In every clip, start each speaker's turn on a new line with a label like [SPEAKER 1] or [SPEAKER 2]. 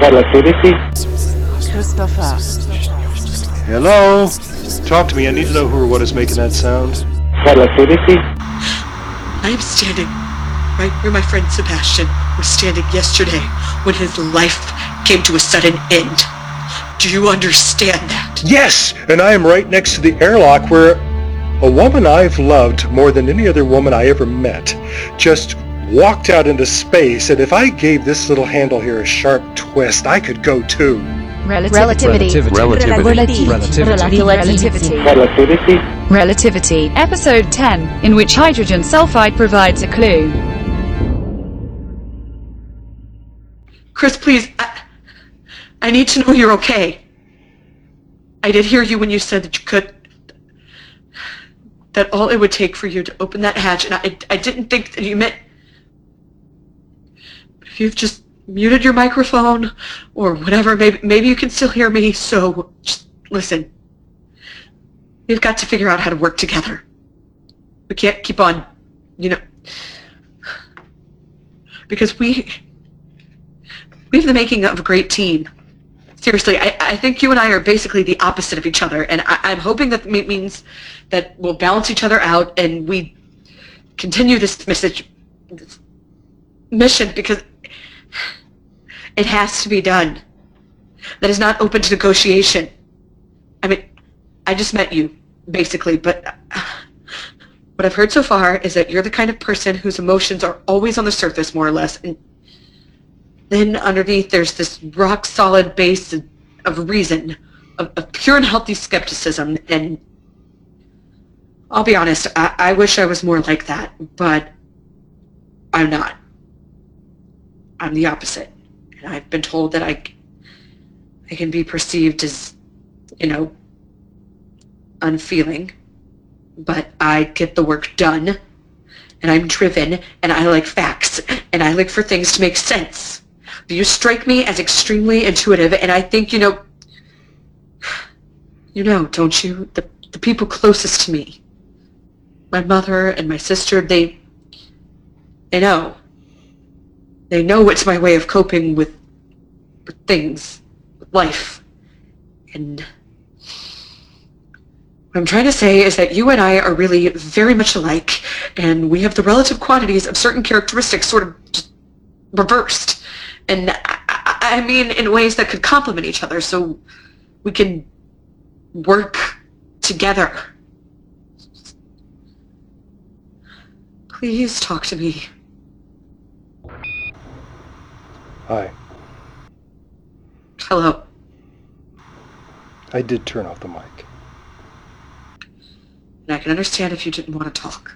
[SPEAKER 1] relativity.
[SPEAKER 2] Christopher.
[SPEAKER 3] Hello? Talk to me. I need to know who or what is making that sound.
[SPEAKER 1] Relativity.
[SPEAKER 4] I am standing right where my friend Sebastian was standing yesterday when his life came to a sudden end. Do you understand that?
[SPEAKER 3] Yes! And I am right next to the airlock where a woman I've loved more than any other woman I ever met just walked out into space. And if I gave this little handle here a sharp twist, I could go too.
[SPEAKER 5] Relativity.
[SPEAKER 6] Relativity.
[SPEAKER 5] Relativity. Relativity.
[SPEAKER 1] Relativity.
[SPEAKER 5] Relativity. Episode 10, in which hydrogen sulfide provides a clue.
[SPEAKER 4] Chris, please, I, I need to know you're okay. I did hear you when you said that you could. That all it would take for you to open that hatch, and I, I didn't think that you meant. If you've just muted your microphone or whatever, maybe, maybe you can still hear me, so just listen. We've got to figure out how to work together. We can't keep on, you know. Because we. We have the making of a great team. Seriously, I, I think you and I are basically the opposite of each other, and I, I'm hoping that it means that we'll balance each other out and we continue this message, this mission, because it has to be done. That is not open to negotiation. I mean, I just met you, basically, but uh, what I've heard so far is that you're the kind of person whose emotions are always on the surface, more or less, and then underneath there's this rock solid base of- of reason, of, of pure and healthy skepticism. And I'll be honest, I, I wish I was more like that, but I'm not. I'm the opposite. And I've been told that I, c- I can be perceived as, you know, unfeeling, but I get the work done, and I'm driven, and I like facts, and I look for things to make sense. You strike me as extremely intuitive, and I think, you know, you know, don't you? The, the people closest to me, my mother and my sister, they, they know. They know it's my way of coping with, with things, with life. And what I'm trying to say is that you and I are really very much alike, and we have the relative quantities of certain characteristics sort of just reversed. And I, I I mean, in ways that could complement each other, so we can work together. Please talk to me.
[SPEAKER 3] Hi.
[SPEAKER 4] Hello.
[SPEAKER 3] I did turn off the mic.
[SPEAKER 4] And I can understand if you didn't want to talk.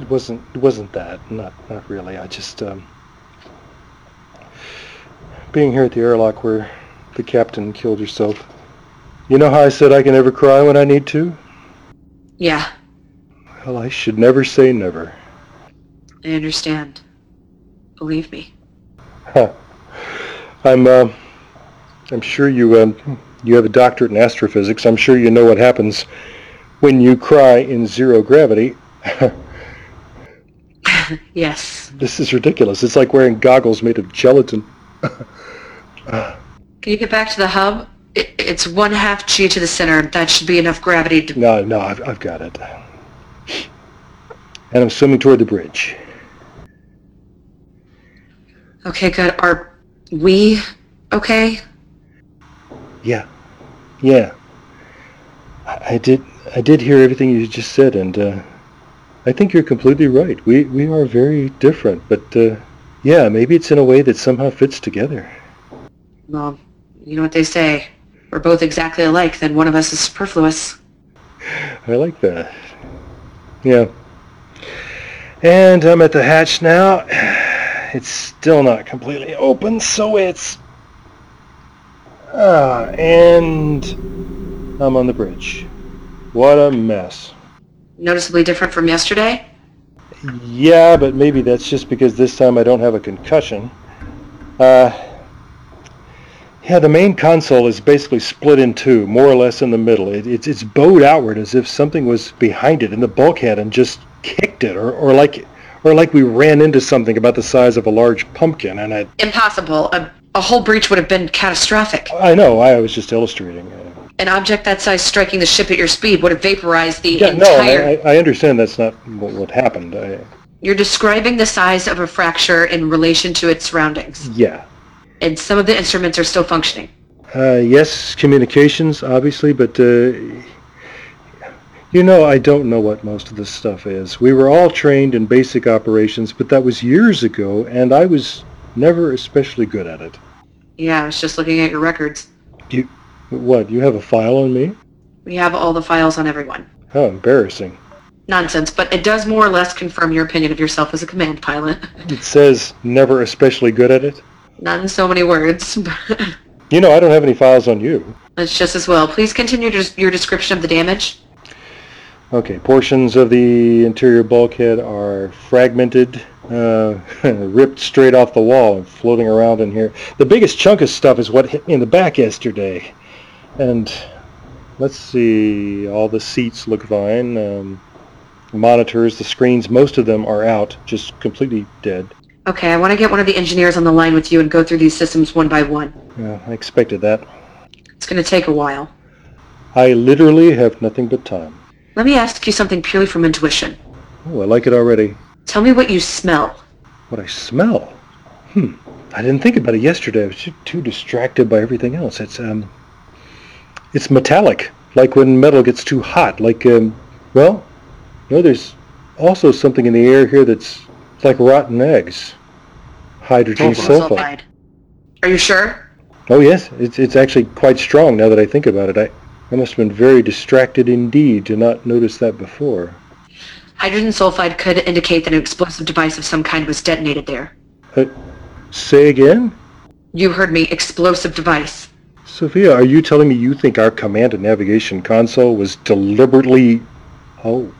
[SPEAKER 3] It wasn't. It wasn't that. Not. Not really. I just. Um, being here at the airlock where the captain killed herself. You know how I said I can never cry when I need to?
[SPEAKER 4] Yeah,
[SPEAKER 3] Well, I should never say never.
[SPEAKER 4] I understand. Believe me.
[SPEAKER 3] I'm. Uh, I'm sure you. Um, you have a doctorate in astrophysics. I'm sure you know what happens when you cry in zero gravity.
[SPEAKER 4] Yes.
[SPEAKER 3] This is ridiculous. It's like wearing goggles made of gelatin.
[SPEAKER 4] Can you get back to the hub? It, it's one half G to the center. That should be enough gravity to...
[SPEAKER 3] No, no, I've, I've got it. And I'm swimming toward the bridge.
[SPEAKER 4] Okay, good. Are we okay?
[SPEAKER 3] Yeah, yeah. I, I did. I did hear everything you just said, and uh, I think you're completely right. We we are very different, but uh, yeah, maybe it's in a way that somehow fits together.
[SPEAKER 4] Well, you know what they say. We're both exactly alike, then one of us is superfluous.
[SPEAKER 3] I like that. Yeah. And I'm at the hatch now. It's still not completely open, so it's. Ah, and I'm on the bridge. What a mess.
[SPEAKER 4] Noticeably different from yesterday?
[SPEAKER 3] Yeah, but maybe that's just because this time I don't have a concussion. Uh, yeah, the main console is basically split in two, more or less in the middle. It, it's it's bowed outward as if something was behind it in the bulkhead and just kicked it, or, or like or like we ran into something about the size of a large pumpkin, and I
[SPEAKER 4] Impossible. A a whole breach would have been catastrophic.
[SPEAKER 3] I know. I was just illustrating.
[SPEAKER 4] An object that size striking the ship at your speed would have vaporized the
[SPEAKER 3] Yeah, no,
[SPEAKER 4] entire.
[SPEAKER 3] I, I understand that's not what, what happened. I,
[SPEAKER 4] You're describing the size of a fracture in relation to its surroundings,
[SPEAKER 3] yeah.
[SPEAKER 4] and some of the instruments are still functioning.
[SPEAKER 3] Uh, yes, communications, obviously, but uh, you know, I don't know what most of this stuff is. We were all trained in basic operations, but that was years ago, and I was never especially good at it.
[SPEAKER 4] Yeah, I was just looking at your records.
[SPEAKER 3] You, what? You have a file on me?
[SPEAKER 4] We have all the files on everyone.
[SPEAKER 3] How embarrassing!
[SPEAKER 4] Nonsense, but it does more or less confirm your opinion of yourself as a command pilot.
[SPEAKER 3] It says never especially good at it.
[SPEAKER 4] Not in so many words, but
[SPEAKER 3] You know, I don't have any files on you.
[SPEAKER 4] it's just as well. Please continue des- your description of the damage.
[SPEAKER 3] Okay, portions of the interior bulkhead are fragmented, uh, ripped straight off the wall and floating around in here. The biggest chunk of stuff is what hit me in the back yesterday. And let's see, all the seats look fine. Um, monitors, the screens, most of them are out, just completely dead.
[SPEAKER 4] Okay, I want to get one of the engineers on the line with you and go through these systems one by one.
[SPEAKER 3] Yeah, I expected that.
[SPEAKER 4] It's going to take a while.
[SPEAKER 3] I literally have nothing but time.
[SPEAKER 4] Let me ask you something purely from intuition.
[SPEAKER 3] Oh, I like it already.
[SPEAKER 4] Tell me what you smell.
[SPEAKER 3] What I smell? Hmm. I didn't think about it yesterday. I was ju- too distracted by everything else. It's um, it's metallic, like when metal gets too hot. Like um, well, you know, there's also something in the air here that's like rotten eggs, hydrogen
[SPEAKER 4] Oh, Sulfide.
[SPEAKER 3] sulfide.
[SPEAKER 4] Are you sure?
[SPEAKER 3] Oh yes, it's it's actually quite strong. Now that I think about it, I I must have been very distracted indeed to not notice that before.
[SPEAKER 4] Hydrogen sulfide could indicate that an explosive device of some kind was detonated there.
[SPEAKER 3] Uh, say again.
[SPEAKER 4] You heard me, explosive device.
[SPEAKER 3] Sophia, are you telling me you think our command and navigation console was deliberately... Oh,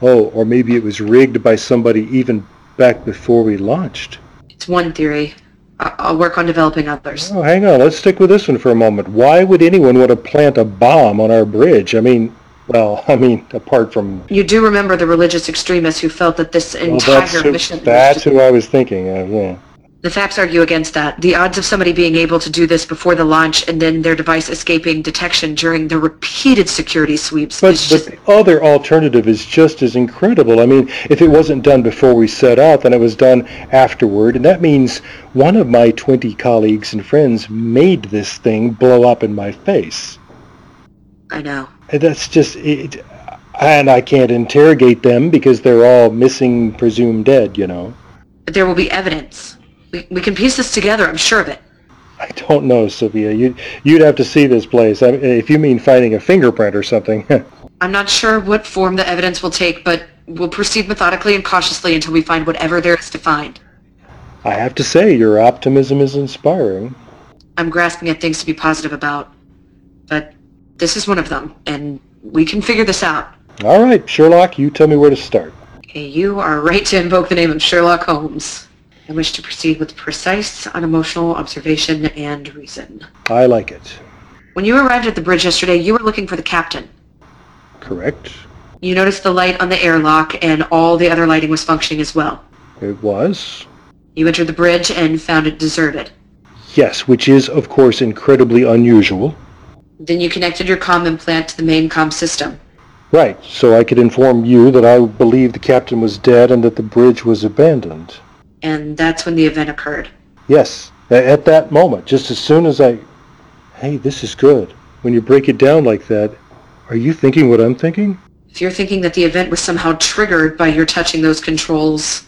[SPEAKER 3] oh, or maybe it was rigged by somebody even back before we launched.
[SPEAKER 4] It's one theory. I- I'll work on developing others.
[SPEAKER 3] Oh, hang on, let's stick with this one for a moment. Why would anyone want to plant a bomb on our bridge? I mean, well, I mean, apart from...
[SPEAKER 4] You do remember the religious extremists who felt that this
[SPEAKER 3] Well,
[SPEAKER 4] entire
[SPEAKER 3] that's, who,
[SPEAKER 4] mission... was
[SPEAKER 3] that's
[SPEAKER 4] just-
[SPEAKER 3] who I was thinking of, yeah.
[SPEAKER 4] The facts argue against that. The odds of somebody being able to do this before the launch and then their device escaping detection during the repeated security sweeps
[SPEAKER 3] But, but
[SPEAKER 4] is just...
[SPEAKER 3] the other alternative is just as incredible. I mean, if it wasn't done before we set out, then it was done afterward. And that means one of my 20 colleagues and friends made this thing blow up in my face.
[SPEAKER 4] I know.
[SPEAKER 3] And that's just, it, and I can't interrogate them because they're all missing, presumed dead, you know.
[SPEAKER 4] But there will be evidence. We, we can piece this together, I'm sure of it.
[SPEAKER 3] I don't know, Sophia. You'd, you'd have to see this place. I mean, if you mean finding a fingerprint or something.
[SPEAKER 4] I'm not sure what form the evidence will take, but we'll proceed methodically and cautiously until we find whatever there is to find.
[SPEAKER 3] I have to say, your optimism is inspiring.
[SPEAKER 4] I'm grasping at things to be positive about, but this is one of them, and we can figure this out.
[SPEAKER 3] All right, Sherlock, you tell me where to start.
[SPEAKER 4] Okay, you are right to invoke the name of Sherlock Holmes. I wish to proceed with precise, unemotional observation and reason.
[SPEAKER 3] I like it.
[SPEAKER 4] When you arrived at the bridge yesterday, you were looking for the captain.
[SPEAKER 3] Correct.
[SPEAKER 4] You noticed the light on the airlock, and all the other lighting was functioning as well.
[SPEAKER 3] It was.
[SPEAKER 4] You entered the bridge and found it deserted.
[SPEAKER 3] Yes, which is, of course, incredibly unusual.
[SPEAKER 4] Then you connected your comm implant to the main comm system.
[SPEAKER 3] Right, so I could inform you that I believed the captain was dead and that the bridge was abandoned.
[SPEAKER 4] And that's when the event occurred.
[SPEAKER 3] Yes, a- at that moment, just as soon as I... Hey, this is good. When you break it down like that, are you thinking what I'm thinking?
[SPEAKER 4] If you're thinking that the event was somehow triggered by your touching those controls,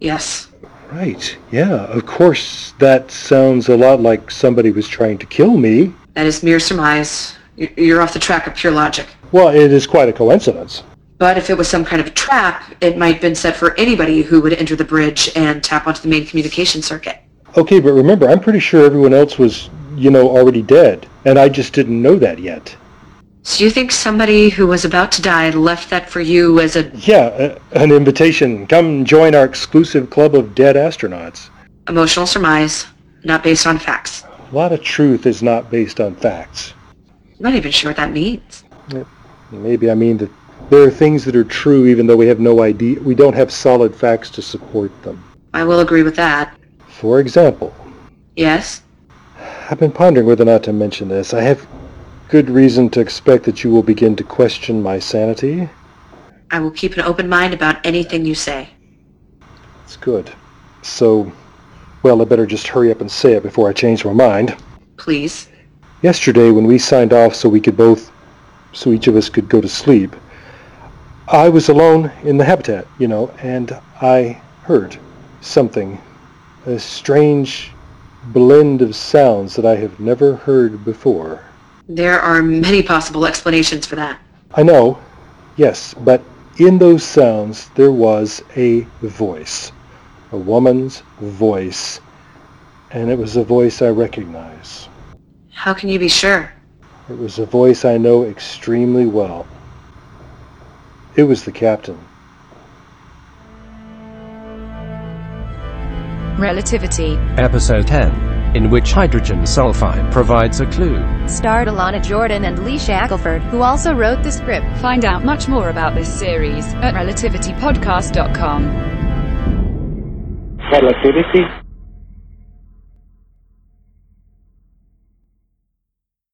[SPEAKER 4] yes.
[SPEAKER 3] Right, yeah, of course, that sounds a lot like somebody was trying to kill me.
[SPEAKER 4] That is mere surmise. Y- You're off the track of pure logic.
[SPEAKER 3] Well, it is quite a coincidence.
[SPEAKER 4] But if it was some kind of trap, it might have been set for anybody who would enter the bridge and tap onto the main communication circuit.
[SPEAKER 3] Okay, but remember, I'm pretty sure everyone else was, you know, already dead, and I just didn't know that yet.
[SPEAKER 4] So you think somebody who was about to die left that for you as an
[SPEAKER 3] Yeah, uh, an invitation. Come join our exclusive club of dead astronauts.
[SPEAKER 4] emotional surmise, not based on facts?
[SPEAKER 3] A lot of truth is not based on facts.
[SPEAKER 4] I'm not even sure what that means.
[SPEAKER 3] Maybe I mean that there are things that are true even though we have no idea, we don't have solid facts to support them.
[SPEAKER 4] I will agree with that.
[SPEAKER 3] For example,
[SPEAKER 4] Yes?
[SPEAKER 3] I've been pondering whether or not to mention this. I have good reason to expect that you will begin to question my sanity.
[SPEAKER 4] I will keep an open mind about anything you say.
[SPEAKER 3] It's good. So, well, I better just hurry up and say it before I change my mind.
[SPEAKER 4] Please.
[SPEAKER 3] Yesterday, when we signed off so we could both, so each of us could go to sleep, I was alone in the habitat, you know, and I heard something, a strange blend of sounds that I have never heard before.
[SPEAKER 4] There are many possible explanations for that.
[SPEAKER 3] I know, yes, but in those sounds there was a voice, a woman's voice, and it was a voice I recognize.
[SPEAKER 4] How can you be sure?
[SPEAKER 3] It was a voice I know extremely well. It was the captain.
[SPEAKER 1] Relativity.
[SPEAKER 6] Episode 10, in which hydrogen sulfide provides a clue.
[SPEAKER 1] Starred Alana Jordan and Lee Shackelford, who also wrote the script.
[SPEAKER 5] Find out much more about this series at relativitypodcast.com.
[SPEAKER 7] Relativity.